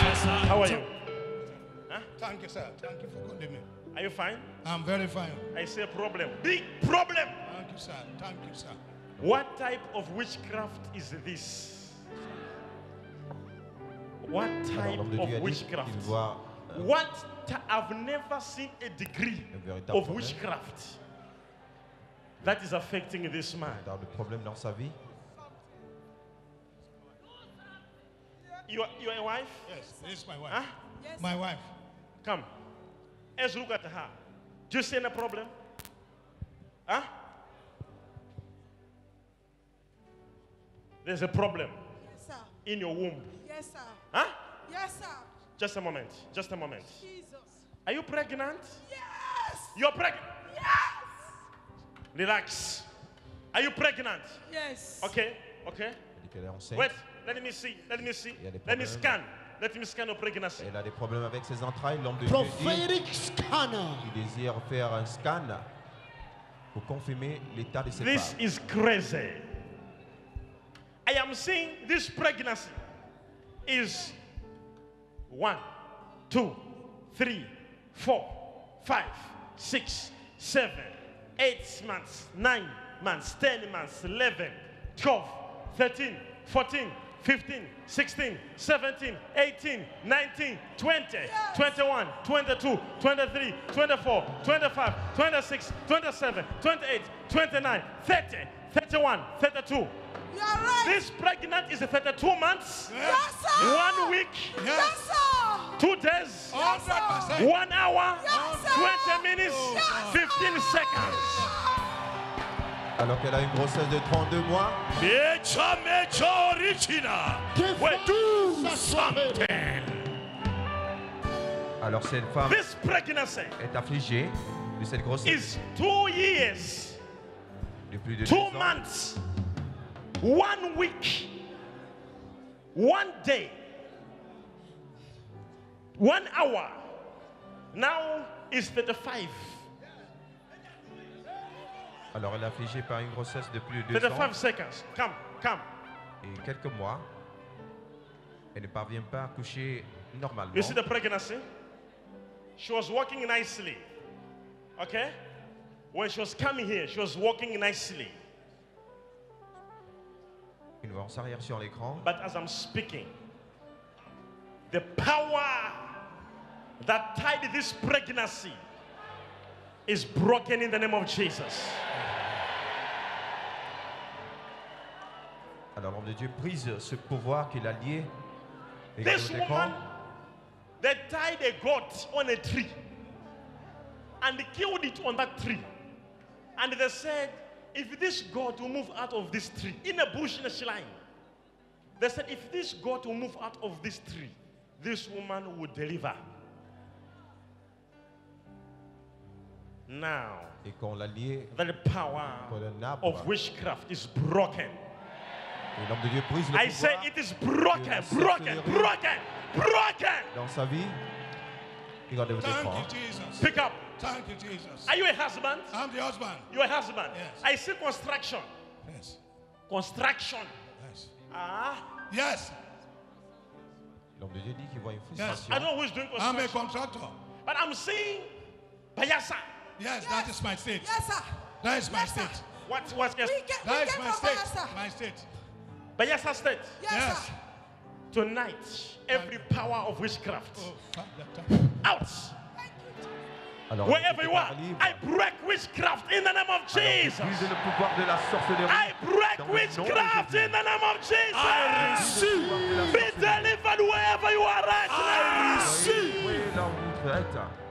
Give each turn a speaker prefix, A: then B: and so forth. A: for you?
B: Thank Huh?
A: Thank you, sir. Thank you for calling me.
B: Are you fine?
A: I'm very fine.
B: I see a problem. Big problem.
A: Thank you, sir. Thank you, sir.
B: What type of witchcraft is this? What type
C: Alors, l'homme de Dieu
B: of
C: a dit
B: Ah, witchcraft?
C: qu'il voit euh,
B: What? ti- I've never seen a degree
C: Un véritable
B: of
C: problème.
B: witchcraft that is affecting this man.
C: dans le problème dans sa vie.
B: You are, you are a wife?
A: Yes, this is my wife.
B: Huh?
D: Yes.
A: My wife.
B: Come. Let's look at her. Do you see any problem? Huh? There's a problem
D: Yes, sir.
B: in your womb.
D: Yes, sir.
B: Huh?
D: Yes, sir.
B: Just a moment. Just a moment.
D: Jesus.
B: Are you pregnant?
D: Yes.
B: You're pregnant.
D: Yes.
B: Relax. Are you pregnant?
D: Yes.
B: Okay. Okay.
C: Elle dit qu'elle est enceinte.
B: Wait. Let me see. Let me see.
C: Il y a des
B: Let me
C: problèmes.
B: scan. Let me scan your pregnancy.
C: Elle a des problèmes avec ses entrailles. L'homme de Dieu dit
E: Prophetic scanner.
C: qu'il désire faire un scan pour confirmer l'état de ses
B: This
C: femmes.
B: is crazy. I am seeing this pregnancy is one, two, three, four, five, six, seven, eight months, nine months, ten months, 11, 12, 13, 14, 15, 16, 17, 18, 19, 20, 21, 22, 23, 24, 25, 26, 27, 28, 29, 30, 31, 32.
D: You are right.
B: This pregnant is 32 months,
D: Yes, sir.
B: one week,
D: Yes, sir.
B: two days,
A: 100%.
B: one hour,
D: Yes, sir.
B: 20 minutes,
D: Yes,
B: 15 seconds.
C: Alors qu'elle a une grossesse de 32 mois,
B: Mecha mecha origina.
E: Que
B: Wait.
E: Dieu soit sauvé.
C: alors cette femme
B: This pregnancy
C: est affligée de cette grossesse
B: is two years,
C: de plus de deux
B: two
C: ans.
B: months, one week, one day, one hour. Now is 35.
C: Alors elle est affligée par une grossesse de plus de deux ans
B: 35 seconds. Come, come.
C: et quelques mois. Elle ne parvient pas à coucher normalement.
B: You see the pregnancy? She was walking nicely. Okay? When she was coming here, she was walking nicely.
C: Une voix en s'arrière sur l'écran.
B: But as I'm speaking, the power that tied this pregnancy is broken in the name of Jesus.
C: Alors l'homme de Dieu brise ce pouvoir qu'il a lié. Et comme
B: This
C: on l'écran,
B: woman, they tied a goat on a tree and killed it on that tree. And they said, if this goat will move out of this tree, in a bush, in a shrine, they said, if this goat will move out of this tree, this woman will deliver. Now,
C: et qu'on l'a lié,
B: that power
C: Pour le nappe.
B: of witchcraft is broken.
C: et l'homme de Dieu brise le
B: I say
C: pouvoir
B: it is broken, broken, broken, broken.
C: dans sa vie. Regardez votre
A: Thank
C: écran.
A: you, Jesus.
B: Pick up.
A: Thank you, Jesus.
B: Are you a husband?
A: I'm the husband.
B: You're a husband.
A: Yes.
B: I see construction.
A: Yes.
B: Construction.
A: Yes.
B: Ah.
A: Yes.
C: L'homme de Dieu dit qu'il voit une
B: I
C: frustration.
B: don't know who's doing
A: I'm a
B: construction.
A: contractor.
B: but I'm seeing Payasa.
A: Yes, that is my state.
D: Yes, sir.
A: That is my
D: Yes, sir.
A: state.
B: What was yes?
D: We get, we
A: That
D: get
A: is my
D: from her, sir.
A: state. My state.
B: Bayasa State.
D: Yes,
A: Yes.
D: sir.
B: Tonight, every power of witchcraft
A: Oh, Father, thank you.
B: out.
C: Alors,
B: Wherever
C: il
B: you
C: est
B: are,
C: libre.
B: I break witchcraft in the name of
C: Alors, il
B: Jesus.
C: brise le pouvoir de la sorcellerie.
B: I break
C: Dans le nom de
B: witchcraft
C: Jésus.
B: in the name of Jesus. Be delivered wherever you are right now.
C: Oui, la retraite.